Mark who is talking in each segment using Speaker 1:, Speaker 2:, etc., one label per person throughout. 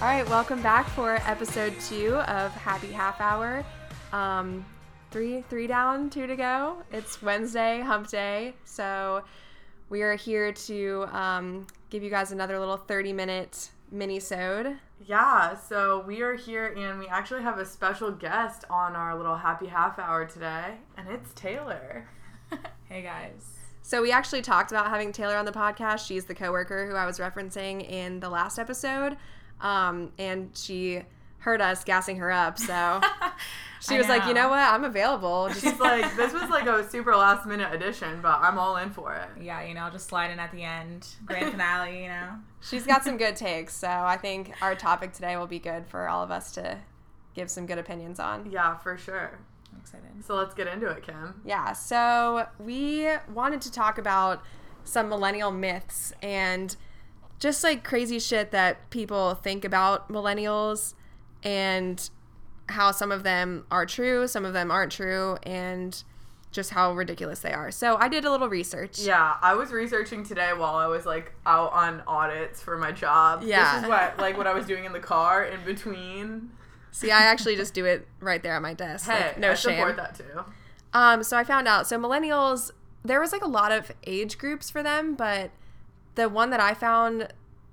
Speaker 1: All right, welcome back for episode two of Happy Half Hour. Um, three, three down, two to go. It's Wednesday, Hump Day, so we are here to um, give you guys another little thirty-minute mini-sode.
Speaker 2: Yeah, so we are here and we actually have a special guest on our little happy half hour today, and it's Taylor.
Speaker 3: Hey guys.
Speaker 1: So we actually talked about having Taylor on the podcast. She's the coworker who I was referencing in the last episode, um, and she heard us gassing her up. So she
Speaker 3: I
Speaker 1: was like, "You
Speaker 3: know.
Speaker 1: know what? I'm available. Just
Speaker 2: She's like, this was like a super last minute addition, but I'm all in for it.
Speaker 3: Yeah, you know, just slide in at the end. Grand finale, you know.
Speaker 1: She's got some good takes, so I think our topic today will be good for all of us to give some good opinions on.
Speaker 2: Yeah, for sure.
Speaker 3: I'm excited.
Speaker 2: So let's get into it, Kim.
Speaker 1: Yeah, so we wanted to talk about some millennial myths and just like crazy shit that people think about millennials and how some of them are true, some of them aren't true, and just how ridiculous they are. So I did a little research.
Speaker 2: Yeah, I was researching today while I was like out on audits for my job.
Speaker 1: Yeah.
Speaker 2: This is what like what I was doing in the car in between.
Speaker 1: See, I actually just do it right there on my desk.
Speaker 2: Hey,
Speaker 1: like, no
Speaker 2: I
Speaker 1: shame.
Speaker 2: support that too.
Speaker 1: Um, so I found out. So millennials, there was like a lot of age groups for them, but the one that I found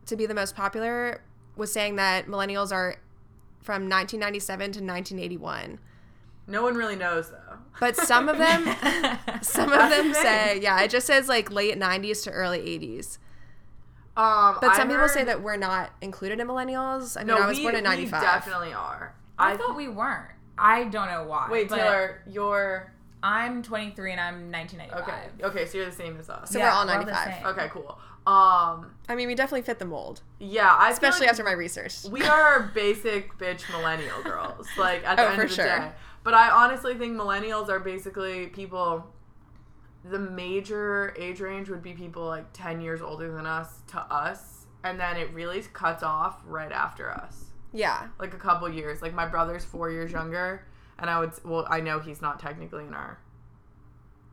Speaker 1: to be the most popular was saying that millennials are from 1997 to 1981.
Speaker 2: No one really knows though.
Speaker 1: But some of them, some of
Speaker 2: That's
Speaker 1: them
Speaker 2: the thing.
Speaker 1: say, yeah, it just says like late 90s to early 80s.
Speaker 2: Um,
Speaker 1: But
Speaker 2: I
Speaker 1: some people say
Speaker 2: heard-
Speaker 1: that we're not included in millennials. I mean,
Speaker 2: no,
Speaker 1: I was
Speaker 2: we,
Speaker 1: born in
Speaker 2: we
Speaker 1: 95.
Speaker 2: definitely are.
Speaker 3: I thought we weren't. I don't know why.
Speaker 2: Wait,
Speaker 3: but
Speaker 2: Taylor, you're
Speaker 3: I'm 23 and I'm 1995.
Speaker 2: okay. Okay, so you're the same as us.
Speaker 1: So we're all
Speaker 3: we're all the
Speaker 1: 95.
Speaker 3: same.
Speaker 2: Okay, cool. Um,
Speaker 1: I mean, we definitely fit the mold,
Speaker 2: yeah, I feel
Speaker 1: especially
Speaker 2: like
Speaker 1: after my research.
Speaker 2: we are basic bitch millennial girls. Like at the
Speaker 1: Oh,
Speaker 2: end
Speaker 1: for
Speaker 2: of the
Speaker 1: sure.
Speaker 2: day, but I honestly think millennials are basically people. The major age range would be people like ten years older than us to us, and then it really cuts off right after us,
Speaker 1: yeah.
Speaker 2: like a couple years. Like my brother's four years younger, and I would well, I know he's not technically in our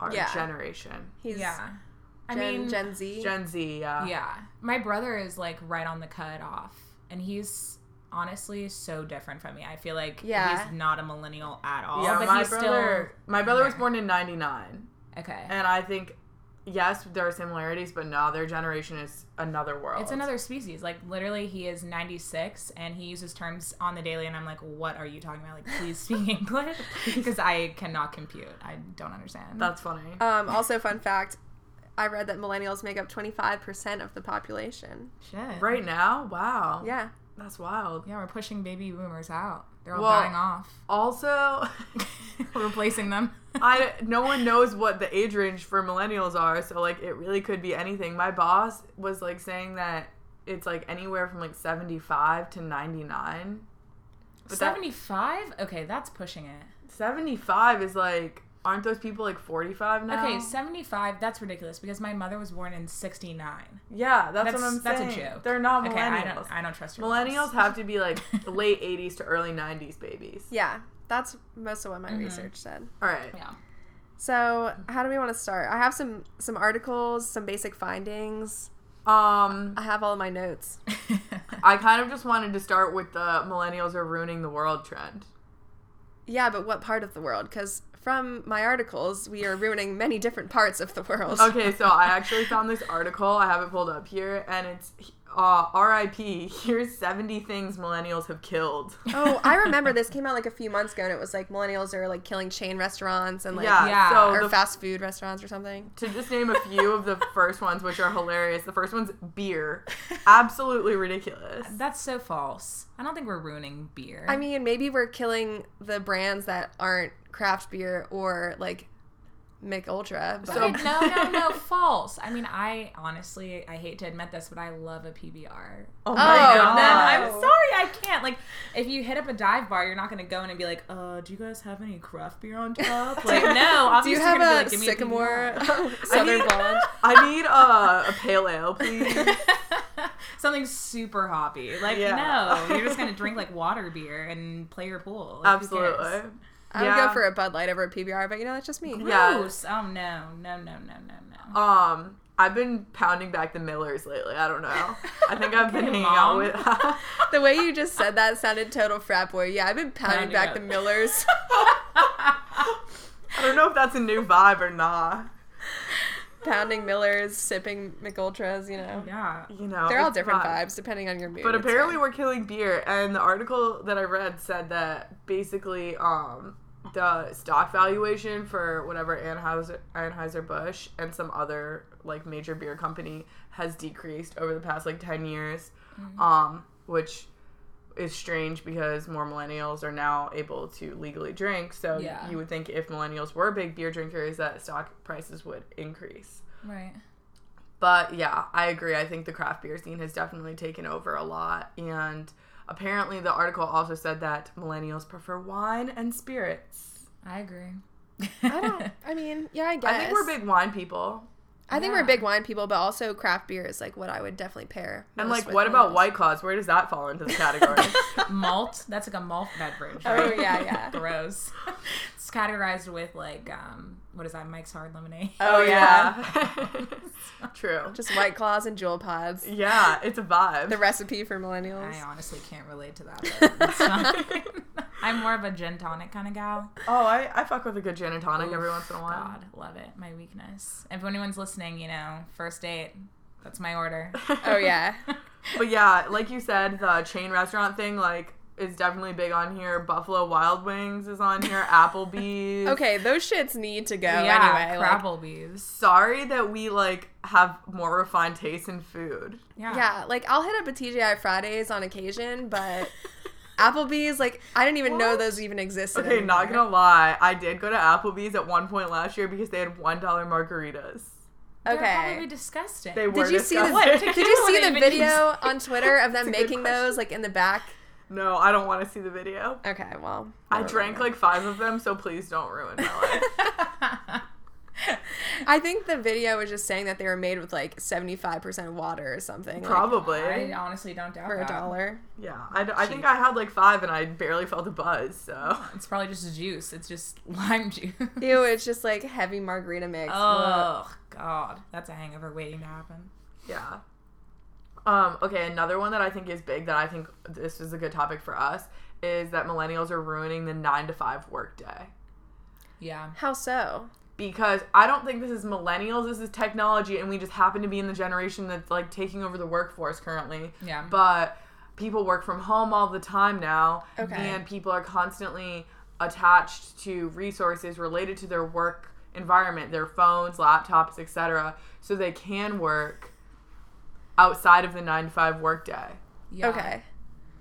Speaker 2: our
Speaker 1: Yeah.
Speaker 2: generation.
Speaker 1: He's
Speaker 3: Yeah. I
Speaker 1: Gen,
Speaker 3: mean,
Speaker 1: Gen Z.
Speaker 2: Gen Z,
Speaker 3: yeah. My brother is like right on the cut off, and he's honestly so different from me. I feel like
Speaker 1: Yeah.
Speaker 3: he's not a millennial at all,
Speaker 2: Yeah,
Speaker 3: but
Speaker 2: my
Speaker 3: he's
Speaker 2: brother. my brother was
Speaker 3: there.
Speaker 2: born in '99,
Speaker 3: still okay.
Speaker 2: and I think yes, there are similarities, but no, their generation is another world.
Speaker 3: It's another species. Like literally, he is 96 and he uses terms on the daily, and I'm like, what are you talking about? Like, please speak English because I cannot compute. I don't understand.
Speaker 2: That's funny.
Speaker 3: Uh,
Speaker 1: Um, also, fun fact I read that millennials make up 25% of the population.
Speaker 3: shit.
Speaker 2: right now, wow,
Speaker 1: Yeah.
Speaker 2: that's wild.
Speaker 3: Yeah, we're pushing baby boomers out. They're all
Speaker 2: Well-
Speaker 3: dying off.
Speaker 2: Also,
Speaker 3: we're replacing them.
Speaker 2: I no one knows what the age range for millennials are, so like it really could be anything. My boss was like saying that it's like anywhere from like 75 to 99. But that-
Speaker 3: 75? Okay, that's pushing it.
Speaker 2: 75 is like aren't those people like 45 now?
Speaker 3: Okay, 75. That's ridiculous because my mother was born in 69.
Speaker 2: Yeah, that's,
Speaker 3: That's-
Speaker 2: what I'm
Speaker 3: that's a
Speaker 2: saying.
Speaker 3: joke.
Speaker 2: They're not millennials.
Speaker 3: Okay, I don't. I don't trust your
Speaker 2: millennials
Speaker 3: boss.
Speaker 2: have to be like late 80s to early 90s babies.
Speaker 1: Yeah. That's most of what my
Speaker 2: Mm-hmm.
Speaker 1: research said.
Speaker 2: All right.
Speaker 3: Yeah.
Speaker 1: So, how do we want to start? I have some some articles, some basic findings.
Speaker 2: Um,
Speaker 1: I have all of my notes.
Speaker 2: I kind of just wanted to start with the millennials are ruining the world trend.
Speaker 1: Yeah, but what part of the world? Because from my articles, we are ruining many different parts of the world.
Speaker 2: Okay, so I actually found this article. I have it pulled up here, and it's uh, R.I.P. Here's 70 things millennials have killed.
Speaker 1: Oh, I remember this came out like a few months ago, and it was like millennials are like killing chain restaurants and like
Speaker 2: yeah,
Speaker 3: yeah.
Speaker 2: So
Speaker 1: or
Speaker 2: the,
Speaker 1: fast food restaurants or something.
Speaker 2: to just name a few of the first ones, which are hilarious. The first one's beer, absolutely ridiculous.
Speaker 3: That's so false. I don't think we're ruining beer.
Speaker 1: I mean, maybe we're killing the brands that aren't craft beer or like Mick Ultra. But
Speaker 2: So-
Speaker 3: Okay, no, no, no, false. I mean, I honestly, I hate to admit this, but I love a PBR.
Speaker 1: Oh,
Speaker 2: Oh
Speaker 3: And then I'm
Speaker 1: no.
Speaker 3: sorry, I can't. Like, if you hit up a dive bar, you're not gonna go in and be like, "Uh, do you guys have any craft beer on top?" Like, no.
Speaker 1: do
Speaker 3: Obviously,
Speaker 1: you
Speaker 3: you're
Speaker 1: have
Speaker 3: gonna be
Speaker 1: a
Speaker 3: like, "Give me
Speaker 1: sycamore
Speaker 3: PBR."
Speaker 1: Southern
Speaker 2: mean-
Speaker 1: Blonde?
Speaker 2: I need uh, a pale ale, please.
Speaker 3: Something super hoppy. Like,
Speaker 2: Yeah.
Speaker 3: no, you're just gonna drink like water beer and play your pool. Like, who cares?
Speaker 2: Absolutely.
Speaker 1: I would
Speaker 2: Yeah.
Speaker 1: go for a Bud Light over a PBR, but you know that's just me.
Speaker 2: Yeah.
Speaker 3: Gross. Oh no, no, no, no, no, no.
Speaker 2: Um, I've been pounding back the Millers lately. I don't know. I think I've been
Speaker 3: Okay,
Speaker 2: hanging
Speaker 3: Mom.
Speaker 2: out with.
Speaker 1: The way you just said that sounded total frat boy. Yeah, I've been pounding
Speaker 3: Pounding
Speaker 1: back
Speaker 3: up.
Speaker 1: the Millers.
Speaker 2: I don't know if that's a new vibe or not.
Speaker 1: pounding Millers, sipping McUltras, you know.
Speaker 3: yeah.
Speaker 2: You know,
Speaker 1: They're all
Speaker 2: it's
Speaker 1: different
Speaker 2: vibes.
Speaker 1: vibes depending on your mood.
Speaker 2: But
Speaker 1: it's
Speaker 2: apparently
Speaker 1: fine.
Speaker 2: we're killing beer, and the article that I read said that basically um, the stock valuation for whatever Anheuser Anheuser Busch and some other like major beer company has decreased over the past like ten years,
Speaker 1: Mm-hmm.
Speaker 2: um, which is strange because more millennials are now able to legally drink. So
Speaker 3: Yeah.
Speaker 2: you would think if millennials were big beer drinkers, that stock prices would increase.
Speaker 3: Right.
Speaker 2: But yeah, I agree. I think the craft beer scene has definitely taken over a lot. And apparently, the article also said that millennials prefer wine and spirits.
Speaker 3: I agree.
Speaker 1: I don't. I mean, yeah, I guess.
Speaker 2: I think we're big wine people.
Speaker 1: I think
Speaker 3: yeah.
Speaker 1: we're big wine people, but also craft beer is like what I would definitely pair.
Speaker 2: And
Speaker 1: most
Speaker 2: like,
Speaker 1: with
Speaker 2: what about
Speaker 1: millennials.
Speaker 2: White Claws? Where does that fall into the category? Oh,
Speaker 3: malt. That's like a malt beverage.
Speaker 1: Oh
Speaker 3: Right?
Speaker 1: yeah, yeah.
Speaker 3: Gross. it's categorized with like um what is that? Mike's Hard Lemonade.
Speaker 1: Oh, yeah.
Speaker 2: True.
Speaker 1: Just white claws and jewel pods.
Speaker 2: Yeah, it's a vibe.
Speaker 1: The recipe for
Speaker 3: I
Speaker 1: millennials.
Speaker 3: honestly can't relate to that. but it's fine. I'm more of a gin tonic kind of gal.
Speaker 2: oh, I, I fuck with a good gin and tonic every once in a while.
Speaker 3: God, love it. My weakness. If anyone's listening, you know, first date. That's my order.
Speaker 1: Oh yeah.
Speaker 2: But yeah, like you said, the chain restaurant thing, like, is definitely big on here. Buffalo Wild Wings is on here. Applebee's.
Speaker 1: Okay, those shits need to go
Speaker 3: yeah,
Speaker 1: Oh, anyway. like-
Speaker 3: crabble bees.
Speaker 2: sorry that we like have more refined taste in food.
Speaker 3: Yeah.
Speaker 1: yeah, like I'll hit up a TGI Fridays on occasion, but Applebee's, like I didn't even know
Speaker 2: What?
Speaker 1: those even existed.
Speaker 2: Okay, not
Speaker 1: anymore.
Speaker 2: gonna lie, I did go to Applebee's at one point last year because they had one dollar margaritas.
Speaker 3: They're
Speaker 1: Okay.
Speaker 3: probably disgusting.
Speaker 2: They were
Speaker 1: Did you see the
Speaker 2: disgusting.
Speaker 1: did you see
Speaker 3: What
Speaker 1: the
Speaker 3: even
Speaker 1: video on Twitter of them
Speaker 2: It's a good
Speaker 1: making those
Speaker 2: question.
Speaker 1: like in the back?
Speaker 2: no, I don't want to see the video.
Speaker 1: Okay, well
Speaker 2: I
Speaker 1: never
Speaker 2: drank
Speaker 1: mind.
Speaker 2: like five of them, so please don't ruin my life.
Speaker 1: I think the video was just saying that they were made with like seventy five percent water or something. like,
Speaker 2: Probably.
Speaker 3: I honestly don't doubt
Speaker 1: for a
Speaker 3: that.
Speaker 1: dollar.
Speaker 2: yeah, I, d- I think I had like five and I barely felt a buzz. So
Speaker 3: It's probably just juice. It's just lime juice.
Speaker 1: Ew, it's just like heavy margarita mix. Ugh.
Speaker 3: Oh God, that's a hangover waiting to happen.
Speaker 2: yeah. Um, okay, another one that I think is big that I think this is a good topic for us is that millennials are ruining the nine to five workday.
Speaker 3: Yeah,
Speaker 1: How so?
Speaker 2: because I don't think this is millennials. This is technology, and we just happen to be in the generation that's like taking over the workforce currently.
Speaker 3: Yeah.
Speaker 2: But people work from home all the time now,
Speaker 1: Okay.
Speaker 2: and people are constantly attached to resources related to their work environment, their phones, laptops, etc. So they can work outside of the nine to five workday,
Speaker 3: yeah.
Speaker 1: Okay.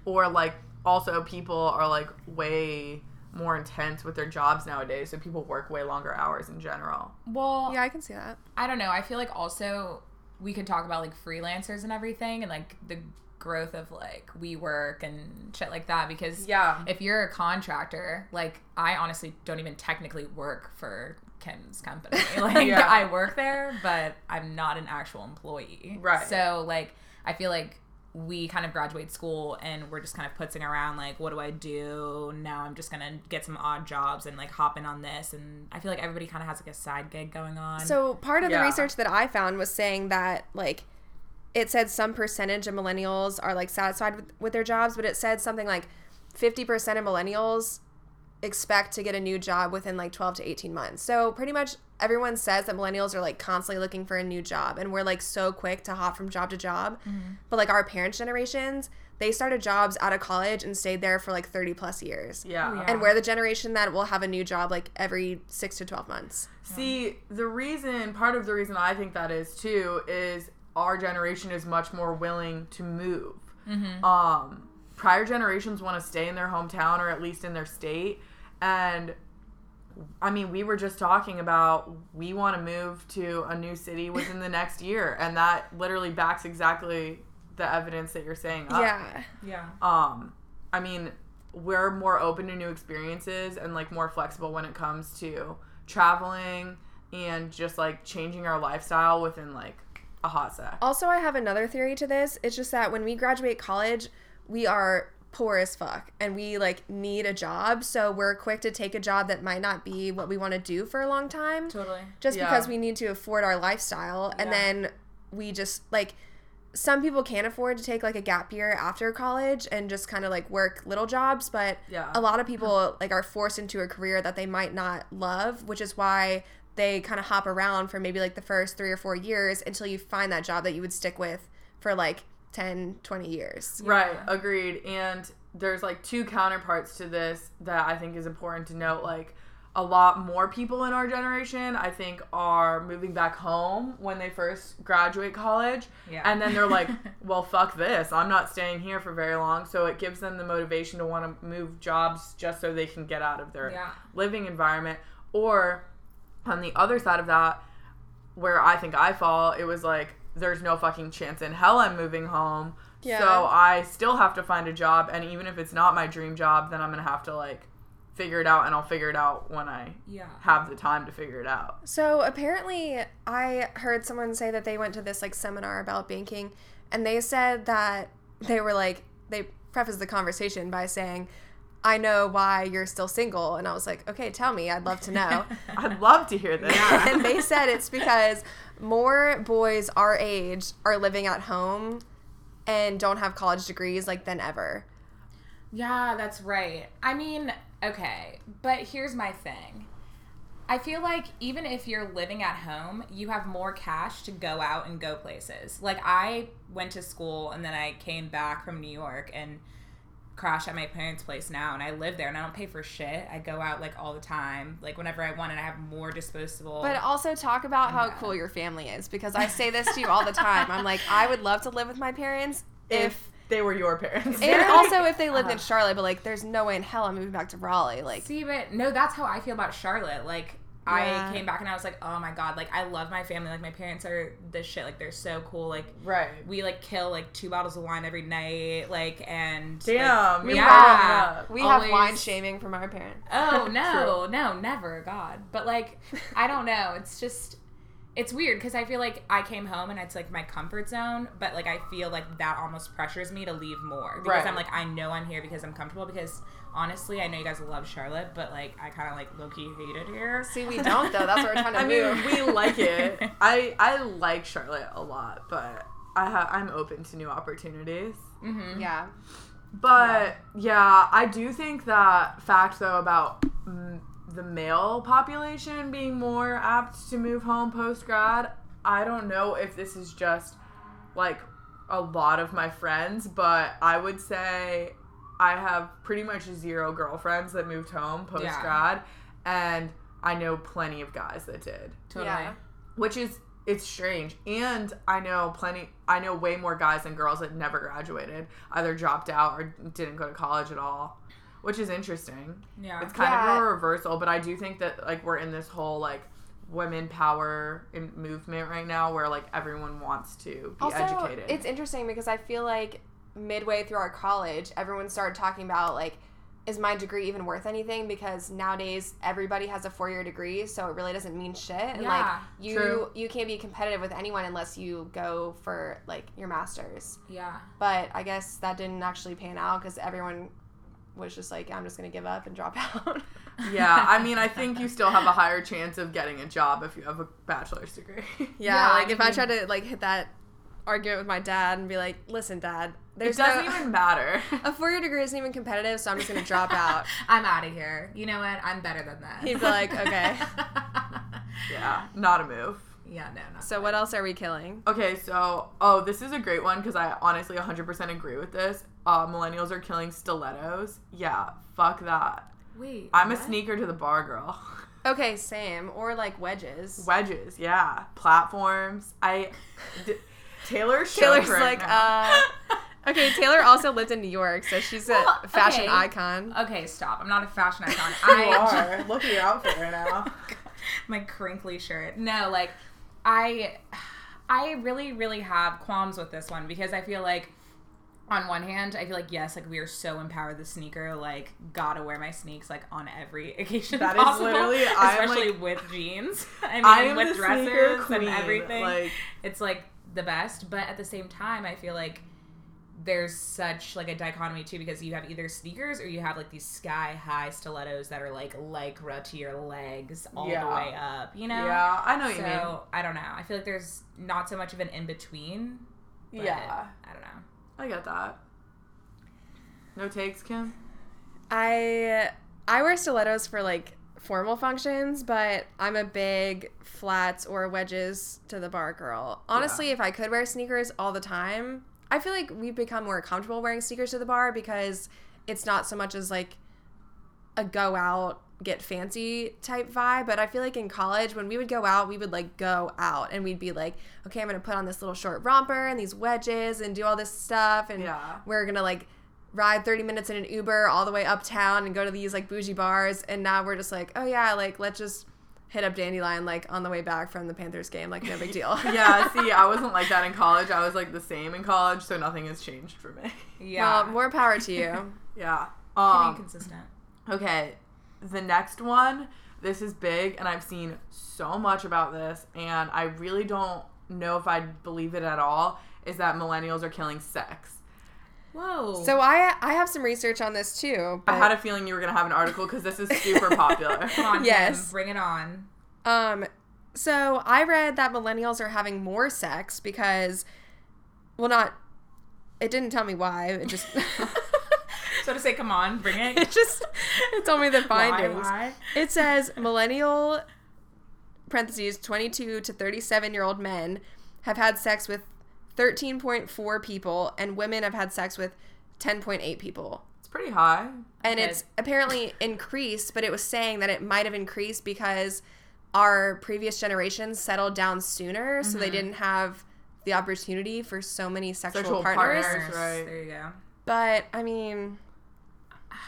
Speaker 2: or like also people are like way more intense with their jobs nowadays so people work way longer hours in general
Speaker 3: Well,
Speaker 1: Yeah, I can see that.
Speaker 3: I don't know. I feel like also we could talk about like freelancers and everything, and like the growth of like WeWork and shit like that. Because
Speaker 2: Yeah.
Speaker 3: if you're a contractor, like I honestly don't even technically work for Kim's company. Like
Speaker 2: Yeah.
Speaker 3: I work there, but I'm not an actual employee.
Speaker 2: Right.
Speaker 3: So like I feel like we kind of graduate school and we're just kind of putzing around like what do i do now i'm just gonna get some odd jobs and like hop in on this and i feel like everybody kind of has like a side gig going on
Speaker 1: So part of the
Speaker 2: Yeah.
Speaker 1: research that I found was saying that like it said some percentage of millennials are like satisfied with, with their jobs, but it said something like fifty percent of millennials expect to get a new job within like twelve to eighteen months. So pretty much everyone says that millennials are like constantly looking for a new job and we're like so quick to hop from job to job. But like our parents' generations, they started jobs out of college and stayed there for like thirty plus years.
Speaker 2: Yeah.
Speaker 3: Yeah.
Speaker 1: And we're the generation that will have a new job like every six to twelve months.
Speaker 2: See, the reason, part of the reason I think that is too, is our generation is much more willing to move. Um, prior generations want to stay in their hometown or at least in their state. And I mean, we were just talking about we want to move to a new city within the next year. And that literally backs exactly the evidence that you're saying
Speaker 1: Uh,
Speaker 2: up
Speaker 1: Yeah.
Speaker 3: yeah
Speaker 2: um i mean we're more open to new experiences and like more flexible when it comes to traveling and just like changing our lifestyle within like a hot sec
Speaker 1: Also, I have another theory to this. It's just that when we graduate college, we are poor as fuck and we like need a job so we're quick to take a job that might not be what we want to do for a long time
Speaker 3: Totally.
Speaker 1: just
Speaker 2: Yeah.
Speaker 1: because we need to afford our lifestyle and
Speaker 3: Yeah.
Speaker 1: then we just like some people can't afford to take like a gap year after college and just kind of like work little jobs but
Speaker 2: Yeah.
Speaker 1: a lot of people like are forced into a career that they might not love which is why they kind of hop around for maybe like the first three or four years until you find that job that you would stick with for like 10 20 years
Speaker 2: Right,
Speaker 3: Yeah.
Speaker 2: agreed. And there's like two counterparts to this that I think is important to note. Like, a lot more people in our generation, I think, are moving back home when they first graduate college.
Speaker 3: Yeah.
Speaker 2: And then they're like, well, fuck this. I'm not staying here for very long. So it gives them the motivation to want to move jobs just so they can get out of their
Speaker 3: Yeah.
Speaker 2: living environment. Or on the other side of that, where I think I fall, it was like, there's no fucking chance in hell I'm moving home.
Speaker 1: Yeah.
Speaker 2: So I still have to find a job. And even if it's not my dream job, then I'm going to have to like figure it out. And I'll figure it out when I
Speaker 3: Yeah.
Speaker 2: have the time to figure it out.
Speaker 1: So apparently, I heard someone say that they went to this like seminar about banking, and they said that they were like they prefaced the conversation by saying, "I know why you're still single," and I was like, "Okay, tell me, I'd love to know."
Speaker 2: I'd love to hear this.
Speaker 1: and they said it's because more boys our age are living at home and don't have college degrees like than ever.
Speaker 3: Yeah, that's right. I mean, okay, but here's my thing. I feel like even if you're living at home, you have more cash to go out and go places. Like I went to school and then I came back from New York and crash at my parents' place now and I live there and I don't pay for shit. I go out like all the time, like whenever I want and I have more disposable.
Speaker 1: But uh, also talk about how cool your family is because I say this to you all the time. I'm like, I would love to live with my parents if
Speaker 2: if they were your parents.
Speaker 1: And also, if they lived in Charlotte, but like, there's no way in hell I'm moving back to Raleigh. Like,
Speaker 3: See, but no, that's how I feel about Charlotte. Like,
Speaker 1: Yeah.
Speaker 3: I came back and I was like, oh my god, like I love my family. Like my parents are the shit. Like they're so cool. Like
Speaker 2: right.
Speaker 3: we like kill like two bottles of wine every night. Like and
Speaker 2: Damn.
Speaker 3: like,
Speaker 2: we
Speaker 3: yeah.
Speaker 2: brought it up.
Speaker 1: we have
Speaker 3: always-
Speaker 1: wine shaming from our parents.
Speaker 3: Oh no, no, never, God. But like, I don't know. It's just, it's weird because I feel like I came home and it's like my comfort zone, but like I feel like that almost pressures me to leave more because
Speaker 2: Right.
Speaker 3: I'm like I know I'm here because I'm comfortable because honestly I know you guys love Charlotte, but like I kind of like low key hate it here.
Speaker 1: See, we don't though. That's what we're trying to
Speaker 2: I
Speaker 1: move.
Speaker 2: mean, we like it. I I like Charlotte a lot, but I ha- I'm open to new opportunities.
Speaker 1: yeah,
Speaker 2: But yeah, I do think that fact though about m- the male population being more apt to move home post grad, I don't know if this is just like a lot of my friends, but I would say I have pretty much zero girlfriends that moved home post grad, and I know plenty of guys that did
Speaker 3: Totally.
Speaker 1: Yeah.
Speaker 2: which is it's strange and i know plenty i know way more guys than girls that never graduated either dropped out or didn't go to college at all which is interesting
Speaker 3: Yeah.
Speaker 2: it's kind
Speaker 1: Yeah.
Speaker 2: of a reversal but i do think that like we're in this whole like women power in movement right now where like everyone wants to be
Speaker 1: also,
Speaker 2: educated
Speaker 1: it's interesting because I feel like midway through our college, everyone started talking about like, is my degree even worth anything? Because nowadays everybody has a four year degree, so it really doesn't mean shit. And
Speaker 3: Yeah,
Speaker 1: like, you
Speaker 2: true.
Speaker 1: you can't be competitive with anyone unless you go for like your master's.
Speaker 3: yeah.
Speaker 1: But I guess that didn't actually pan out because everyone was just like, I'm just going to give up and drop out.
Speaker 2: yeah i mean i think you still have a higher chance of getting a job if you have a bachelor's degree
Speaker 1: yeah,
Speaker 3: Yeah,
Speaker 1: like
Speaker 3: I
Speaker 1: if I
Speaker 3: mean-
Speaker 1: tried to like hit that argument with my dad and be like, listen, dad,
Speaker 2: it
Speaker 1: there's
Speaker 2: doesn't
Speaker 1: no,
Speaker 2: even matter
Speaker 1: a four year degree isn't even competitive, so I'm just going to drop out.
Speaker 3: I'm out of here. You know what? I'm better than that.
Speaker 1: He'd be like, okay.
Speaker 2: yeah not a move
Speaker 3: yeah, no, no.
Speaker 1: So what else are we killing?
Speaker 2: Okay, so oh, this is a great one because I honestly 100% agree with this. Uh, millennials are killing stilettos. Yeah, fuck that.
Speaker 3: Wait.
Speaker 2: I'm a
Speaker 3: what?
Speaker 2: sneaker to the bar girl.
Speaker 1: Okay, same. Or like wedges.
Speaker 2: Wedges, yeah. Platforms. I d- Taylor
Speaker 1: Taylor's
Speaker 2: Taylor's right
Speaker 1: like,
Speaker 2: like
Speaker 1: uh. Okay, Taylor also lived in New York, so she's a
Speaker 3: Well,
Speaker 1: fashion
Speaker 3: okay.
Speaker 1: icon.
Speaker 3: Okay, stop. I'm not a fashion icon. I
Speaker 2: Look at your outfit right now.
Speaker 3: my crinkly shirt. No, like I I really really have qualms with this one because I feel like on one hand, I feel like yes, like we are so empowered the sneaker, like gotta wear my sneaks like on every occasion
Speaker 2: That is
Speaker 3: possible,
Speaker 2: literally- I am,
Speaker 3: especially
Speaker 2: like-
Speaker 3: with jeans. I mean,
Speaker 2: I am
Speaker 3: with
Speaker 2: the sneaker
Speaker 3: dresses
Speaker 2: queen.
Speaker 3: and everything.
Speaker 2: Like,
Speaker 3: it's like the best, but at the same time, I feel like there's such like a dichotomy too because you have either sneakers or you have like these sky high stilettos that are like lycra to your legs all the
Speaker 2: Yeah.
Speaker 3: way up, you know?
Speaker 2: yeah, I know what you mean.
Speaker 3: So I don't know. I feel like there's not so much of an in between.
Speaker 2: Yeah,
Speaker 3: I don't know.
Speaker 2: I get that. No takes, Kim.
Speaker 1: I I wear stilettos for like formal functions, but I'm a big flats or wedges to the bar girl. Honestly, if I could wear sneakers all the time, I feel like we've become more comfortable wearing sneakers to the bar because it's not so much as like a go out get fancy type vibe but i feel like in college when we would go out we would like go out and we'd be like okay i'm gonna put on this little short romper and these wedges and do all this stuff and
Speaker 2: Yeah.
Speaker 1: we're gonna like ride 30 minutes in an uber all the way uptown and go to these like bougie bars and now we're just like oh yeah like let's just hit up dandelion like on the way back from the panthers game like no big deal
Speaker 2: Yeah, see, I wasn't like that in college. I was like the same in college, so nothing has changed for me.
Speaker 1: well,
Speaker 3: Yeah.
Speaker 1: more power to you
Speaker 2: Yeah.
Speaker 3: Being
Speaker 2: Um,
Speaker 3: consistent.
Speaker 2: okay, the next one. This is big, and I've seen so much about this, and I really don't know if I believe it at all. Is that millennials are killing sex?
Speaker 3: Whoa.
Speaker 1: so i i have some research on this too
Speaker 2: I had a feeling you were gonna have an article because this is super popular.
Speaker 3: Come on, Kim,
Speaker 1: Yes.
Speaker 3: bring it on.
Speaker 1: Um, so I read that millennials are having more sex because, well, not. It didn't tell me why. It just.
Speaker 3: So to say, come on, bring
Speaker 1: it
Speaker 3: it.
Speaker 1: just. It told me the
Speaker 3: Why,
Speaker 1: findings.
Speaker 3: why?
Speaker 1: It says millennial parentheses 22 to 37 year old men have had sex with 13.4 people and women have had sex with 10.8 people.
Speaker 2: It's pretty high.
Speaker 1: and
Speaker 3: Okay.
Speaker 1: it's apparently increased but it was saying that it might have increased because our previous generations settled down sooner so
Speaker 2: Mm-hmm.
Speaker 1: they didn't have the opportunity for so many sexual,
Speaker 2: Sexual
Speaker 1: partners.
Speaker 2: partners. That's right.
Speaker 3: There you go.
Speaker 1: but i mean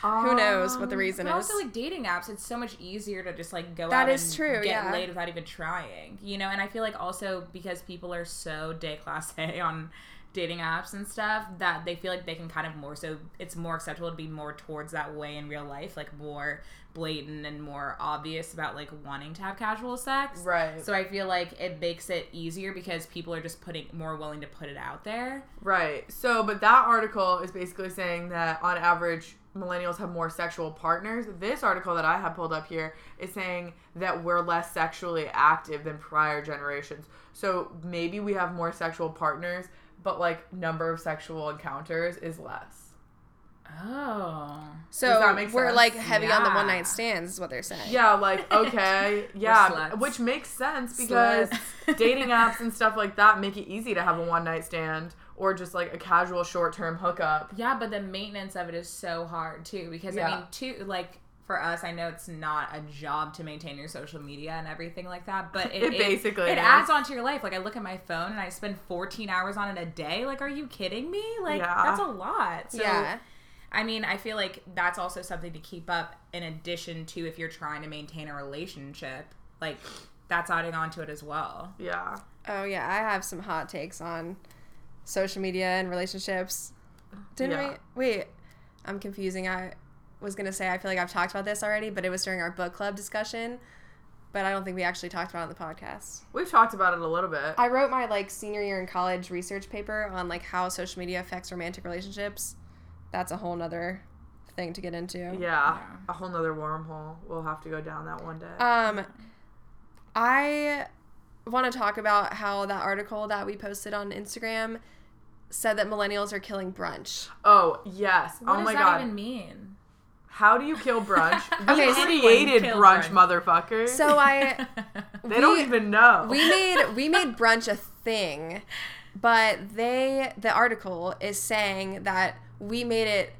Speaker 1: who knows what the
Speaker 2: Um,
Speaker 1: reason
Speaker 3: Mm, But
Speaker 1: is
Speaker 3: also like dating apps, it's so much easier to just like go
Speaker 1: That
Speaker 3: out
Speaker 1: is
Speaker 3: and
Speaker 1: true,
Speaker 3: get
Speaker 1: yeah.
Speaker 3: laid without even trying. You know, and I feel like also because people are so day class A on dating apps and stuff that they feel like they can kind of more so it's more acceptable to be more towards that way in real life, like more blatant and more obvious about like wanting to have casual sex.
Speaker 2: Right.
Speaker 3: So I feel like it makes it easier because people are just putting more willing to put it out there.
Speaker 2: Right. So, but that article is basically saying that on average, millennials have more sexual partners. This article that I have pulled up here is saying that we're less sexually active than prior generations. So maybe we have more sexual partners, but like number of sexual encounters is less.
Speaker 3: Oh.
Speaker 1: so
Speaker 2: Does that make
Speaker 1: we're
Speaker 2: sense?
Speaker 1: like heavy on the
Speaker 3: Yeah.
Speaker 1: one night stands is what they're saying
Speaker 2: Yeah, like okay, yeah,
Speaker 3: sluts.
Speaker 2: which makes sense because
Speaker 3: Sluts.
Speaker 2: dating apps and stuff like that make it easy to have a one night stand or just like a casual short term hookup.
Speaker 3: Yeah, but the maintenance of it is so hard too because I
Speaker 2: Yeah.
Speaker 3: mean, too like for us, I know it's not a job to maintain your social media and everything like that, but it,
Speaker 2: It basically
Speaker 3: it,
Speaker 2: is.
Speaker 3: adds on to your life. Like I look at my phone and I spend 14 hours on it a day. Like, are you kidding me? Like
Speaker 2: Yeah.
Speaker 3: that's a lot. So,
Speaker 1: yeah
Speaker 3: I mean, I feel like that's also something to keep up in addition to if you're trying to maintain a relationship, like that's adding on to it as well.
Speaker 2: Yeah.
Speaker 1: oh yeah i have some hot takes on social media and relationships didn't
Speaker 2: Yeah.
Speaker 1: we wait i'm confusing i was gonna say i feel like i've talked about this already but it was during our book club discussion but i don't think we actually talked about it on the podcast
Speaker 2: We've talked about it a little bit.
Speaker 1: i wrote my like senior year in college research paper on like how social media affects romantic relationships that's a whole nother thing to get into
Speaker 2: Yeah,
Speaker 3: Yeah.
Speaker 2: a whole nother wormhole. We'll have to go down that one day.
Speaker 1: Um, I want to talk about how that article that we posted on Instagram said that millennials are killing brunch.
Speaker 2: oh yes.
Speaker 3: What
Speaker 2: oh
Speaker 3: does
Speaker 2: my
Speaker 3: that
Speaker 2: god.
Speaker 3: even mean?
Speaker 2: How do you kill brunch? We
Speaker 1: Okay, so-
Speaker 2: created
Speaker 3: Kill
Speaker 2: brunch,
Speaker 3: brunch.
Speaker 2: motherfucker.
Speaker 1: So I
Speaker 2: they don't
Speaker 1: we-
Speaker 2: even know.
Speaker 1: we made we made brunch a thing, but they the article is saying that we made it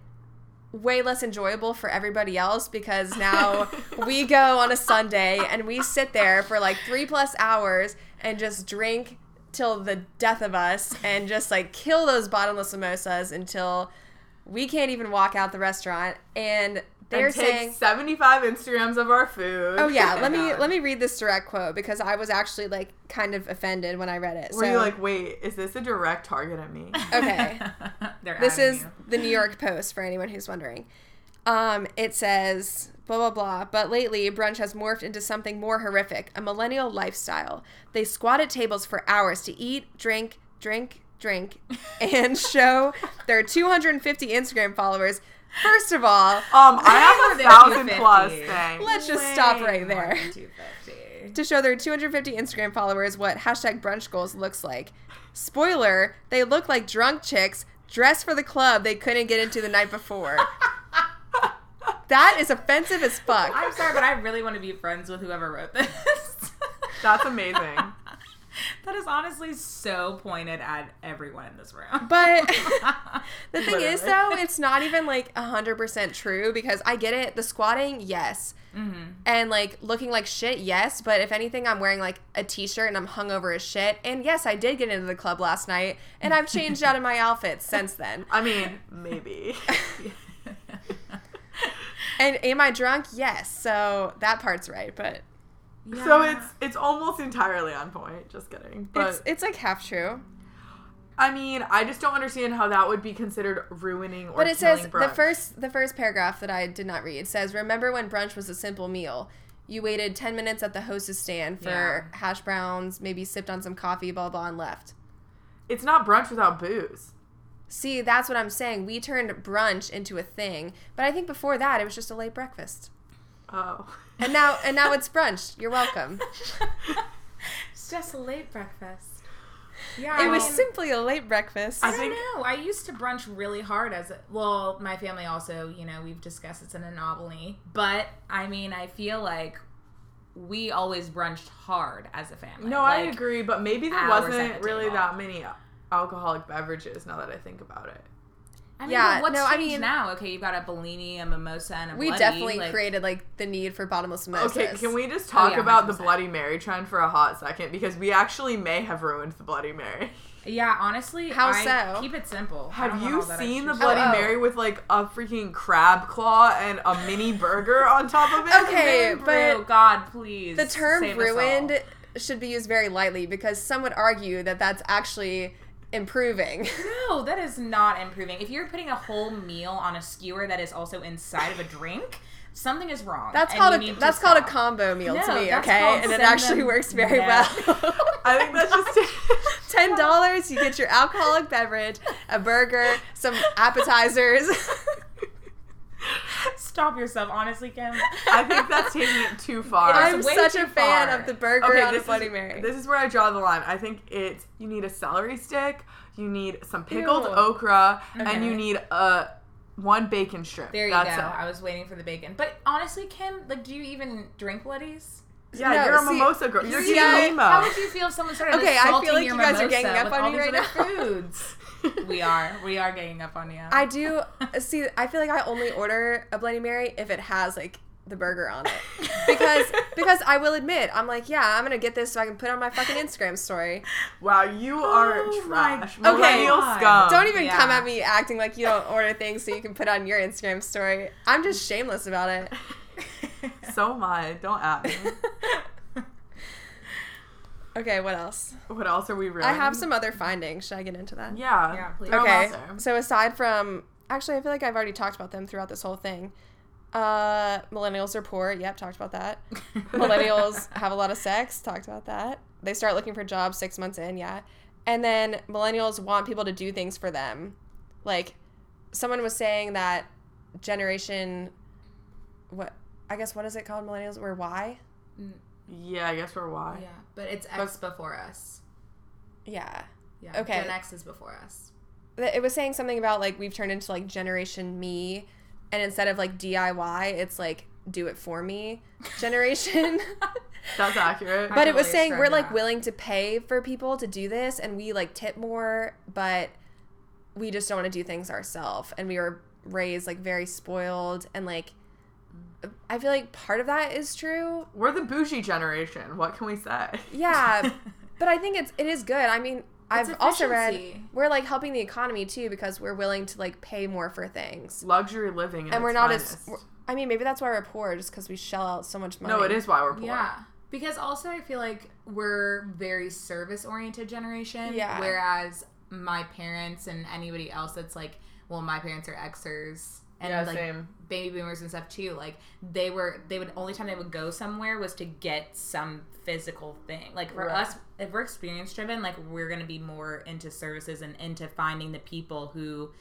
Speaker 1: way less enjoyable for everybody else because now we go on a Sunday and we sit there for like 3 plus hours and just drink till the death of us and just like kill those bottomless samosas until we can't even walk out the restaurant and they're
Speaker 2: and take
Speaker 1: saying
Speaker 2: 75 Instagrams of our food.
Speaker 1: Oh yeah,
Speaker 3: my
Speaker 1: let me
Speaker 3: God.
Speaker 1: let me read this direct quote because I was actually like kind of offended when I read it.
Speaker 2: Were
Speaker 1: so
Speaker 2: you like, wait, is this a direct target at me?
Speaker 1: okay.
Speaker 3: They're
Speaker 1: this
Speaker 3: adding
Speaker 1: is
Speaker 3: you.
Speaker 1: the New York Post for anyone who's wondering. Um, it says blah blah blah, but lately brunch has morphed into something more horrific, a millennial lifestyle. They squat at tables for hours to eat, drink, drink, drink, and show their 250 Instagram followers. First of all,
Speaker 2: Um, I have a thousand
Speaker 3: 250.
Speaker 2: plus thing.
Speaker 1: Let's just stop right there.
Speaker 3: Two fifty.
Speaker 1: to show their 250 Instagram followers what hashtag brunch goals looks like. Spoiler, they look like drunk chicks dressed for the club they couldn't get into the night before. that is offensive as fuck.
Speaker 3: I'm sorry, but I really want to be friends with whoever wrote this.
Speaker 2: That's amazing.
Speaker 3: that is honestly so pointed at everyone in this room.
Speaker 1: But the thing is, though, it's not even like 100% true because I get it. The squatting, yes.
Speaker 3: Mm-hmm.
Speaker 1: And like looking like shit, yes. But if anything, I'm wearing like a t shirt and I'm hungover as shit. And yes, I did get into the club last night and I've changed out of my outfits since then.
Speaker 2: I mean, maybe.
Speaker 1: And am I drunk? Yes. So that part's right, but
Speaker 2: So it's it's almost entirely on point. Just kidding. But
Speaker 1: it's it's like half true.
Speaker 2: I mean, I just don't understand how that would be considered ruining or
Speaker 1: But it
Speaker 2: killing
Speaker 1: says the
Speaker 2: brunch.
Speaker 1: first the first paragraph that I did not read says, "Remember when brunch was a simple meal? You waited 10 minutes at the hostess stand for hash browns, maybe sipped on some coffee, blah blah, and left."
Speaker 2: It's not brunch without booze.
Speaker 1: See, that's what I'm saying. We turned brunch into a thing, but I think before that it was just a late breakfast.
Speaker 2: Oh.
Speaker 1: And now and now it's brunch. You're welcome.
Speaker 3: it's just a late breakfast. Yeah,
Speaker 1: It was
Speaker 3: mean-
Speaker 1: simply a late breakfast.
Speaker 2: I
Speaker 3: I
Speaker 2: think-
Speaker 3: don't know. I used to brunch really hard as a, well. My family also, you know, we've discussed it's an anomaly, but I mean, I feel like we always brunched hard as a family.
Speaker 2: No, I
Speaker 3: Like,
Speaker 2: agree, but maybe there
Speaker 3: hours at
Speaker 2: wasn't
Speaker 3: the
Speaker 2: really
Speaker 3: table.
Speaker 2: that many alcoholic beverages now that I think about it.
Speaker 3: I mean,
Speaker 1: Yeah,
Speaker 3: but what's
Speaker 1: no, I
Speaker 3: changed
Speaker 1: mean-
Speaker 3: now? Okay, you got a Bellini, a mimosa, and a
Speaker 1: we
Speaker 3: Bloody,
Speaker 1: definitely
Speaker 3: like-
Speaker 1: created like the need for bottomless mimosas.
Speaker 2: Okay, can we just talk
Speaker 3: Oh, yeah,
Speaker 2: about the
Speaker 3: 100%.
Speaker 2: Bloody Mary trend for a hot second? Because we actually may have ruined the Bloody Mary.
Speaker 3: Yeah, honestly,
Speaker 1: How
Speaker 3: I-
Speaker 1: so?
Speaker 3: keep it simple. I
Speaker 2: Have
Speaker 3: don't want
Speaker 2: you
Speaker 3: all that
Speaker 2: seen the
Speaker 3: extra
Speaker 2: Bloody
Speaker 1: Oh, oh.
Speaker 2: Mary with like a freaking crab claw and a mini burger on top of it?
Speaker 1: Okay,
Speaker 3: shit.
Speaker 1: but
Speaker 3: Brew, God, please.
Speaker 1: the term
Speaker 3: save us all.
Speaker 1: ruined should be used very lightly because some would argue that that's actually improving.
Speaker 3: No, that is not improving. If you're putting a whole meal on a skewer that is also inside of a drink, something is wrong.
Speaker 1: That's
Speaker 3: and
Speaker 1: called
Speaker 3: you need
Speaker 1: a
Speaker 3: to
Speaker 1: that's called a
Speaker 3: stop.
Speaker 1: combo meal to
Speaker 3: No,
Speaker 1: me,
Speaker 3: that's
Speaker 1: okay?
Speaker 3: called
Speaker 1: And it
Speaker 3: send
Speaker 1: actually
Speaker 3: them
Speaker 1: works very
Speaker 3: back.
Speaker 1: well.
Speaker 2: I think that's just
Speaker 1: Ten dollars, you get your alcoholic beverage, a burger, some appetizers.
Speaker 3: Stop yourself, honestly, Kim.
Speaker 2: I think that's taking it too far.
Speaker 1: I'm
Speaker 3: way
Speaker 1: such
Speaker 3: too
Speaker 1: a fan
Speaker 3: far.
Speaker 1: of the burger on a Bloody
Speaker 2: is,
Speaker 1: Mary.
Speaker 2: This is where I draw the line. I think it's you need a celery stick, you need some pickled
Speaker 1: Ew.
Speaker 2: okra, and
Speaker 3: Okay.
Speaker 2: you need a one bacon strip.
Speaker 3: There you
Speaker 2: That's
Speaker 3: go.
Speaker 2: it.
Speaker 3: I was waiting for the bacon. But honestly, Kim, like, do you even drink bloodies?
Speaker 2: Yeah,
Speaker 1: No,
Speaker 2: you're a
Speaker 1: see,
Speaker 2: mimosa girl. You're
Speaker 1: see,
Speaker 2: getting
Speaker 1: I-
Speaker 2: a
Speaker 3: How
Speaker 2: limo.
Speaker 3: would you feel if someone started
Speaker 1: Okay, I feel
Speaker 3: assaulting
Speaker 1: like
Speaker 3: your
Speaker 1: you guys are
Speaker 3: mimosa
Speaker 1: ganging up
Speaker 3: with
Speaker 1: on
Speaker 3: all
Speaker 1: me
Speaker 3: these
Speaker 1: right
Speaker 3: other
Speaker 1: now?
Speaker 3: Foods. we are. We are ganging up on you.
Speaker 1: I do see. I feel like I only order a Bloody Mary if it has like the burger on it, because because I will admit I'm like, yeah, I'm gonna get this so I can put it on my fucking Instagram story.
Speaker 2: Wow, you are
Speaker 3: Oh my
Speaker 2: trash.
Speaker 3: God.
Speaker 2: Millennial
Speaker 3: Okay.
Speaker 2: scum.
Speaker 1: Don't even
Speaker 3: yeah.
Speaker 1: come at me acting like you don't order things so you can put on your Instagram story. I'm just shameless about it.
Speaker 2: So am I. Don't at me.
Speaker 1: Okay, what else?
Speaker 2: what else are we ruining?
Speaker 1: I have some other findings. Should I get into that?
Speaker 2: Um, Yeah.
Speaker 3: Yeah, please.
Speaker 2: Throw 'em
Speaker 1: Okay.
Speaker 2: out there.
Speaker 1: So aside from actually, I feel like I've already talked about them throughout this whole thing. Uh, millennials are poor. Yep, talked about that. millennials have a lot of sex. Talked about that. They start looking for jobs six months in, yeah. And then millennials want people to do things for them. Like someone was saying that generation, what I guess what is it called? Millennials or Y?
Speaker 2: Yeah, I guess we're why.
Speaker 3: Yeah, but it's X before us.
Speaker 1: Yeah.
Speaker 3: Yeah.
Speaker 1: Okay.
Speaker 3: Gen X is before us.
Speaker 1: Th- It was saying something about like we've turned into like Generation Me, and instead of like DIY, it's like do it for me generation.
Speaker 2: That's accurate.
Speaker 1: But it was
Speaker 3: Really
Speaker 1: saying we're
Speaker 3: strung
Speaker 1: like
Speaker 3: out.
Speaker 1: willing to pay for people to do this and we like tip more, but we just don't want to do things ourselves. And we were raised like very spoiled and like I feel like part of that is true.
Speaker 2: we're the bougie generation. What can we say?
Speaker 1: Yeah. but I think it's it is good. I mean, I've
Speaker 3: It's
Speaker 1: also read
Speaker 3: efficiency.
Speaker 1: we're like helping the economy too because we're willing to like pay more for things.
Speaker 2: Luxury living. in
Speaker 1: And we're
Speaker 2: its
Speaker 1: not
Speaker 2: finest.
Speaker 1: as we're- I mean, maybe that's why we're poor just cuz we shell out so much money.
Speaker 2: No, it is why we're poor.
Speaker 3: Yeah. Because also I feel like we're very service oriented generation.
Speaker 1: Yeah.
Speaker 3: Whereas my parents and anybody else that's like, well, my parents are Xers, and
Speaker 2: Yeah,
Speaker 3: like
Speaker 2: same.
Speaker 3: baby boomers and stuff too. Like they were, they would only time they would go somewhere was to get some physical thing. Like for
Speaker 2: Right.
Speaker 3: us, if we're experience driven, like we're gonna be more into services and into finding the people who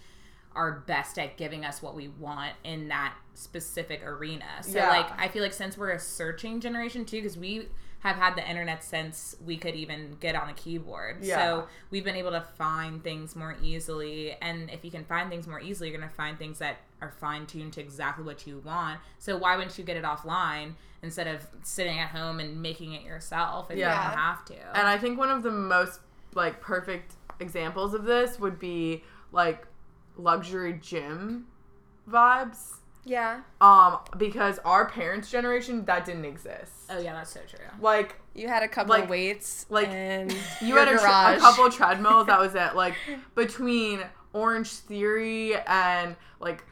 Speaker 3: are best at giving us what we want in that specific arena. So
Speaker 2: Yeah.
Speaker 3: like I feel like since we're a searching generation too, because we have had the internet since we could even get on a keyboard.
Speaker 2: Yeah.
Speaker 3: So we've been able to find things more easily. And if you can find things more easily, you're going to find things that are fine tuned to exactly what you want. So why wouldn't you get it offline instead of sitting at home and making it yourself if
Speaker 2: Yeah.
Speaker 3: you don't have to?
Speaker 2: And I think one of the most like perfect examples of this would be like luxury gym vibes.
Speaker 1: Yeah.
Speaker 2: Um, because our parents' generation that didn't exist.
Speaker 3: oh, yeah, that's so true.
Speaker 2: Like
Speaker 1: You had a couple
Speaker 2: Like-
Speaker 1: of weights.
Speaker 2: like,
Speaker 1: and
Speaker 2: you
Speaker 1: your
Speaker 2: had a, tr- a
Speaker 1: garage.
Speaker 2: couple treadmills. That was it. Like between Orange Theory and like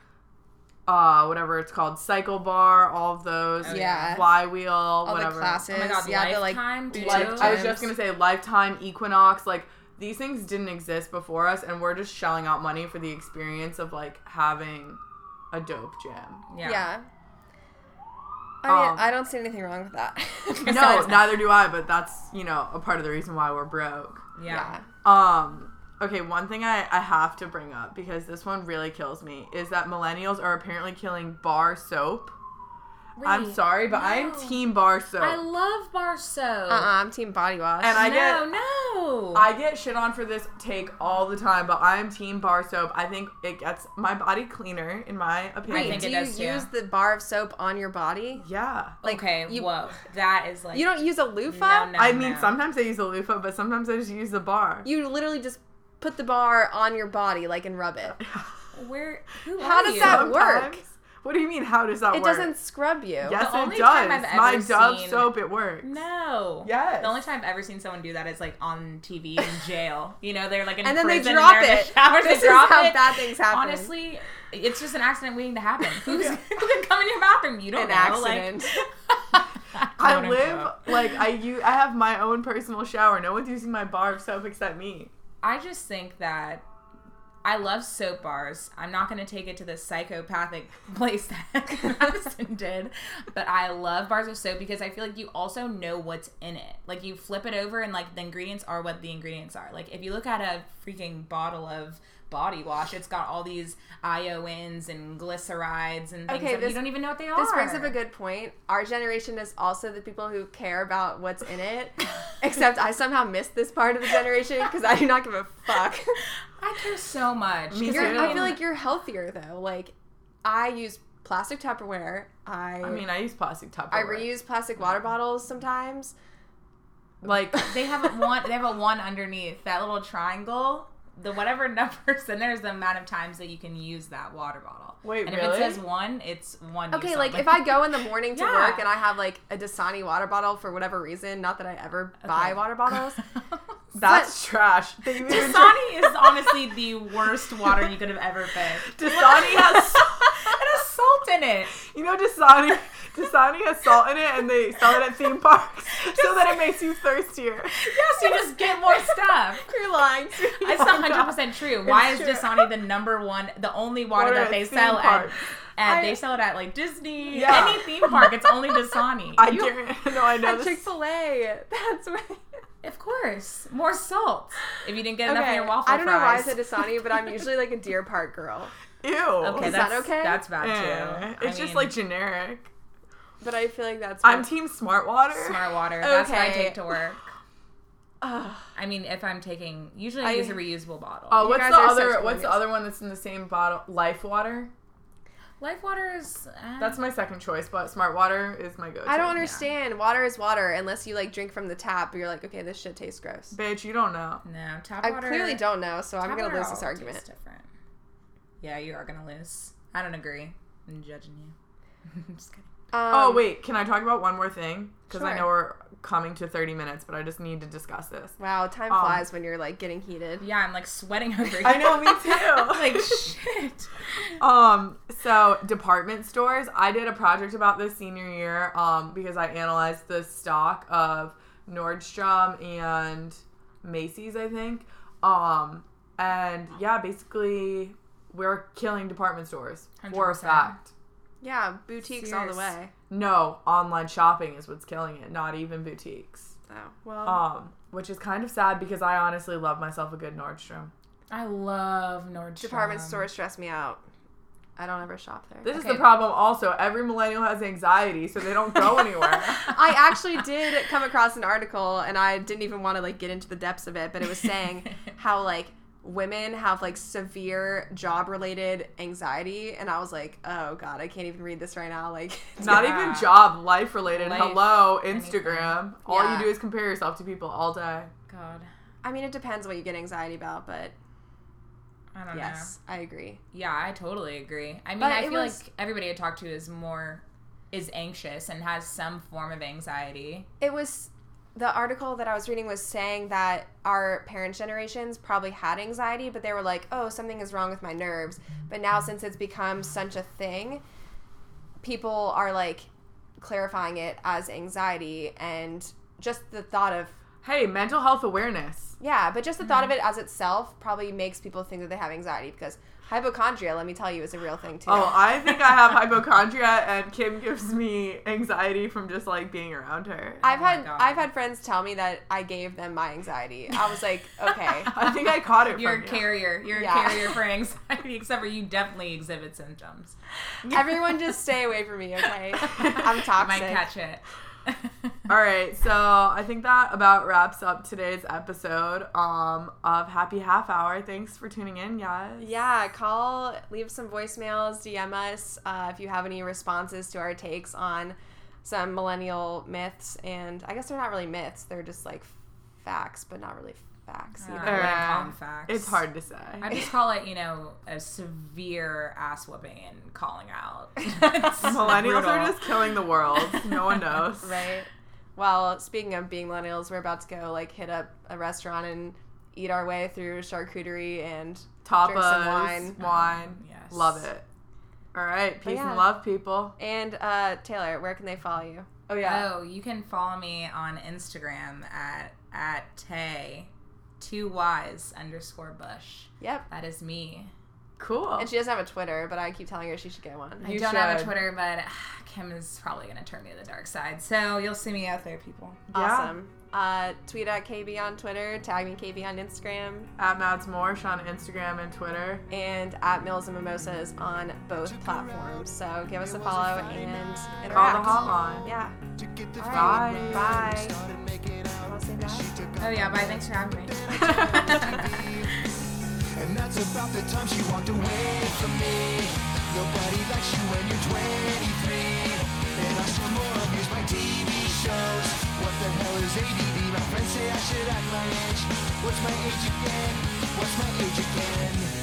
Speaker 2: uh whatever it's called, Cycle Bar, all of those.
Speaker 3: Oh,
Speaker 1: yeah.
Speaker 2: Flywheel,
Speaker 1: all
Speaker 2: whatever.
Speaker 1: the classes.
Speaker 3: Oh my God,
Speaker 1: yeah, the like
Speaker 3: Lifetime,
Speaker 1: boot
Speaker 3: too.
Speaker 2: Like
Speaker 1: camp
Speaker 2: I was just
Speaker 1: gyms.
Speaker 2: gonna say, Lifetime, Equinox, like these things didn't exist before us, and we're just shelling out money for the experience of like having a dope gym.
Speaker 1: Yeah.
Speaker 3: Yeah.
Speaker 1: I mean,
Speaker 2: Um,
Speaker 1: I don't see anything wrong with that.
Speaker 2: No, neither do I. But that's you know a part of the reason why we're broke.
Speaker 3: Yeah.
Speaker 2: Um. Okay, one thing I, I have to bring up because this one really kills me is that millennials are apparently killing bar soap. I'm
Speaker 3: Wait,
Speaker 2: sorry, but I am
Speaker 3: no.
Speaker 2: team bar soap.
Speaker 3: I love bar soap.
Speaker 1: Uh uh-uh, I'm team body wash.
Speaker 2: And I get-
Speaker 3: no, no.
Speaker 2: I get shit on for this take all the time, but I'm team bar soap. I think it gets my body cleaner, in my opinion.
Speaker 1: Wait,
Speaker 3: think
Speaker 1: do
Speaker 3: it
Speaker 1: you
Speaker 3: does, too.
Speaker 1: use the bar of soap on your body?
Speaker 2: yeah.
Speaker 1: Like,
Speaker 3: okay,
Speaker 1: you-
Speaker 3: whoa. That is like.
Speaker 1: You don't use a loofah?
Speaker 3: No, no.
Speaker 2: I mean,
Speaker 3: no.
Speaker 2: sometimes I use a loofah, but sometimes I just use the bar.
Speaker 1: You literally just put the bar on your body, like, and rub it.
Speaker 3: Where? Who
Speaker 1: How
Speaker 3: are
Speaker 1: does
Speaker 3: you?
Speaker 1: that
Speaker 2: Sometimes-
Speaker 1: work?
Speaker 2: What do you mean? How does that
Speaker 1: It
Speaker 2: work?
Speaker 1: doesn't scrub you.
Speaker 2: Yes,
Speaker 3: The
Speaker 2: it
Speaker 3: only time
Speaker 2: does.
Speaker 3: I've
Speaker 2: My
Speaker 3: ever
Speaker 2: Dove
Speaker 3: seen-
Speaker 2: soap, it works.
Speaker 3: No.
Speaker 2: Yes.
Speaker 3: The only time I've ever seen someone do that is like on TV in jail. You know, they're like in
Speaker 1: And then they
Speaker 3: prison
Speaker 1: drop
Speaker 3: and they're in the
Speaker 1: it.
Speaker 3: shower,
Speaker 1: This
Speaker 3: they
Speaker 1: is
Speaker 3: drop
Speaker 1: how
Speaker 3: it.
Speaker 1: bad things happen.
Speaker 3: Honestly, it's just an accident waiting to happen. Who's
Speaker 2: Yeah.
Speaker 3: who can come in your bathroom? You don't
Speaker 1: An
Speaker 3: know.
Speaker 1: accident.
Speaker 3: Like,
Speaker 2: I
Speaker 3: Quote,
Speaker 2: live
Speaker 3: unquote.
Speaker 2: like I you. I have my own personal shower. No one's using my bar of soap except me.
Speaker 3: I just think that I love soap bars. I'm not going to take it to the psychopathic place that Madison did, but I love bars of soap because I feel like you also know what's in it. Like you flip it over and like the ingredients are what the ingredients are. Like if you look at a freaking bottle of body wash, it's got all these ions and glycerides and things
Speaker 1: Okay,
Speaker 3: that
Speaker 1: this-
Speaker 3: you don't even know what they are.
Speaker 1: This brings up a good point. Our generation is also the people who care about what's in it. Except I somehow missed this part of the generation because I do not give a fuck.
Speaker 3: I care so much.
Speaker 2: Me
Speaker 3: 'cause
Speaker 1: You're, I
Speaker 2: too.
Speaker 1: feel like you're healthier though. Like I use plastic Tupperware. I
Speaker 2: I mean, I use plastic Tupperware.
Speaker 1: I reuse plastic water bottles sometimes.
Speaker 2: like
Speaker 3: They have a one. They have a one underneath that little triangle. The whatever numbers in there is the amount of times that you can use that water bottle.
Speaker 2: Wait,
Speaker 3: and
Speaker 2: really?
Speaker 3: if it says one, it's one.
Speaker 1: Okay, like if I go in the morning to
Speaker 3: Yeah.
Speaker 1: work and I have like a Dasani water bottle for whatever reason, not that I ever buy wawater bottles.
Speaker 2: that's trash. They even
Speaker 3: Dasani is honestly the worst water you could have ever picked.
Speaker 2: Dasani has
Speaker 3: It has salt in it.
Speaker 2: you know Dasani Dasani has salt in it and they sell it at theme parks so that it makes you thirstier.
Speaker 3: Yes, you just get more stuff.
Speaker 1: You're lying. to me.
Speaker 3: It's
Speaker 2: Oh,
Speaker 3: one
Speaker 2: God.
Speaker 3: hundred percent true. Why is
Speaker 2: It's true.
Speaker 3: Dasani the number one, the only water
Speaker 2: Water at
Speaker 3: that they
Speaker 2: theme
Speaker 3: sell at?
Speaker 2: parks.
Speaker 3: at
Speaker 1: I-
Speaker 3: they sell it at like Disney,
Speaker 2: Yeah.
Speaker 3: any theme park. It's only Dasani.
Speaker 2: I
Speaker 3: You-
Speaker 2: guarantee. No, I know
Speaker 1: At
Speaker 2: this.
Speaker 1: Chick Fil A. That's where.
Speaker 3: Of course, more salt. If you didn't get enough
Speaker 1: Okay,
Speaker 3: in your waffle
Speaker 1: I don't
Speaker 3: fries.
Speaker 1: know why I said Dasani, but I'm usually like a Deer Park girl.
Speaker 2: Ew.
Speaker 3: Okay,
Speaker 1: Is
Speaker 3: that's,
Speaker 1: that okay?
Speaker 3: That's bad too.
Speaker 2: Eh,
Speaker 3: I
Speaker 2: It's just
Speaker 3: mean,
Speaker 2: like generic.
Speaker 1: But I feel like that's
Speaker 2: I'm
Speaker 1: what-
Speaker 2: team smart water.
Speaker 3: smart water. That's what I
Speaker 1: Okay.
Speaker 3: take to work.
Speaker 1: Ugh.
Speaker 3: I mean, if I'm taking, usually I,
Speaker 1: I-
Speaker 3: use a reusable bottle.
Speaker 2: Oh,
Speaker 1: You
Speaker 2: what's
Speaker 1: guys
Speaker 2: the
Speaker 1: are
Speaker 2: other?
Speaker 1: such
Speaker 2: What's the
Speaker 1: boomers.
Speaker 2: other one that's in the same bottle? Life water.
Speaker 3: Life water is. Uh,
Speaker 2: That's my second choice, but smart water is my go-to.
Speaker 1: I don't understand. Water is water unless you like drink from the tap. You're like, okay, this shit tastes gross.
Speaker 2: Bitch, you don't know.
Speaker 3: no tap
Speaker 1: I
Speaker 3: water.
Speaker 1: clearly don't know, so I'm
Speaker 3: tap
Speaker 1: gonna
Speaker 3: water
Speaker 1: lose this
Speaker 3: always tastes
Speaker 1: argument.
Speaker 3: Different. Yeah, you are gonna lose. I don't agree. I'm judging you. I'm just kidding.
Speaker 2: oh
Speaker 1: Um,
Speaker 2: wait, can I talk about one more thing? Because I
Speaker 1: Sure.
Speaker 2: know we're coming to 30 minutes, but I just need to discuss this.
Speaker 1: Wow, time
Speaker 2: Um,
Speaker 1: flies when you're like getting heated.
Speaker 3: Yeah, I'm like sweating over here.
Speaker 2: I know, me too.
Speaker 3: like shit.
Speaker 2: um so department stores i did a project about this senior year um because i analyzed the stock of nordstrom and macy's i think um and yeah basically we're killing department stores for a
Speaker 3: 100%.
Speaker 2: fact.
Speaker 1: Yeah, boutiques all the
Speaker 3: Sears.
Speaker 1: way.
Speaker 2: No, online shopping is what's killing it, not even boutiques.
Speaker 1: Oh, well,
Speaker 2: Um, which is kind of sad because I honestly love myself a good Nordstrom.
Speaker 3: I love Nordstrom.
Speaker 1: department stores stress me out. I don't ever shop there.
Speaker 2: This is
Speaker 3: Okay.
Speaker 2: the problem also. Every millennial has anxiety, so they don't go anywhere.
Speaker 1: I actually did come across an article and I didn't even want to like get into the depths of it, but it was saying how like women have like severe job related anxiety and I was like, "Oh god, I can't even read this right now." Like
Speaker 2: Not
Speaker 3: Yeah.
Speaker 2: even job, life related.
Speaker 3: Life,
Speaker 2: Hello,
Speaker 3: anything.
Speaker 2: Instagram. All
Speaker 1: Yeah.
Speaker 2: you do is compare yourself to people all day.
Speaker 3: God,
Speaker 1: I mean, it depends what you get anxiety about, but
Speaker 3: I don't know.
Speaker 1: yes, I agree.
Speaker 3: Yeah, I totally agree. I mean,
Speaker 1: But
Speaker 3: I
Speaker 1: it
Speaker 3: feel
Speaker 1: was-
Speaker 3: like everybody I talk to is more is anxious and has some form of anxiety.
Speaker 1: It was the article that I was reading was saying that our parents' generations probably had anxiety, but they were like, "Oh, something is wrong with my nerves." But now since it's become such a thing, people are like clarifying it as anxiety and just the thought of
Speaker 2: Hey, mental health awareness.
Speaker 1: yeah, but just the thought of it as itself probably makes people think that they have anxiety because hypochondria, let me tell you, is a real thing too.
Speaker 2: Oh, I think I have hypochondria, and Kim gives me anxiety from just like being around her.
Speaker 1: I've
Speaker 3: Oh my
Speaker 1: had
Speaker 3: God.
Speaker 1: I've had friends tell me that I gave them my anxiety. I was like, okay.
Speaker 2: I think I caught it
Speaker 3: You're a
Speaker 2: from you.
Speaker 3: carrier. You're
Speaker 1: Yeah.
Speaker 3: a carrier for anxiety, except for you definitely exhibit symptoms.
Speaker 1: Everyone just stay away from me, okay? I'm
Speaker 3: I
Speaker 1: toxic.
Speaker 3: might catch it.
Speaker 2: All right, so I think that about wraps up today's episode um, of Happy Half Hour. Thanks for tuning in, guys.
Speaker 1: Yeah, call, leave some voicemails, DM us uh, if you have any responses to our takes on some millennial myths. And I guess they're not really myths, they're just like facts, but not really facts.
Speaker 3: Uh,
Speaker 1: either.
Speaker 3: I wouldn't
Speaker 2: Yeah.
Speaker 3: call 'em facts.
Speaker 2: It's hard to say.
Speaker 3: I just call it, you know, a severe ass whooping and calling out. It's
Speaker 2: Millennials are
Speaker 3: brutal.
Speaker 2: just killing the world. No one knows.
Speaker 1: Right? Well, speaking of being millennials, we're about to go like hit up a restaurant and eat our way through charcuterie and Drink some
Speaker 2: Tapas,
Speaker 1: wine.
Speaker 2: wine.
Speaker 3: Um, Yes.
Speaker 2: Love it. All right, peace
Speaker 1: yeah.
Speaker 2: and love, people.
Speaker 1: and uh, Taylor, where can they follow you?
Speaker 2: Oh, yeah.
Speaker 3: Oh, you can follow me on Instagram at at Tay two Y's underscore Bush.
Speaker 1: Yep.
Speaker 3: That is me.
Speaker 2: Cool.
Speaker 1: And she doesn't have a Twitter, but I keep telling her she should get one.
Speaker 2: You
Speaker 3: I don't have a
Speaker 2: should.
Speaker 3: Twitter, but ah, Kim is probably gonna turn me to the dark side. So you'll see me out there, people.
Speaker 2: Yeah.
Speaker 1: Awesome. Uh, tweet at KB on Twitter, tag me KB on Instagram,
Speaker 2: At Mads Morsh on Instagram and Twitter.
Speaker 1: and at Mills and Mimosas on both platforms. So give us a follow and
Speaker 2: Call the
Speaker 1: interact.
Speaker 2: hotline.
Speaker 1: Yeah.
Speaker 4: to get the
Speaker 1: All right.
Speaker 2: Bye.
Speaker 1: Bye.
Speaker 4: started making out.
Speaker 1: Wanna say bye?
Speaker 4: She took
Speaker 3: Oh
Speaker 4: off
Speaker 3: yeah, bye. Thanks for having me.
Speaker 4: my leave. And that's about the time she walked away from me. Nobody likes you when you're 23. And I still more abuse my TV shows. What the hell is ADD? My friends say I should act my age. What's my age again? What's my age again?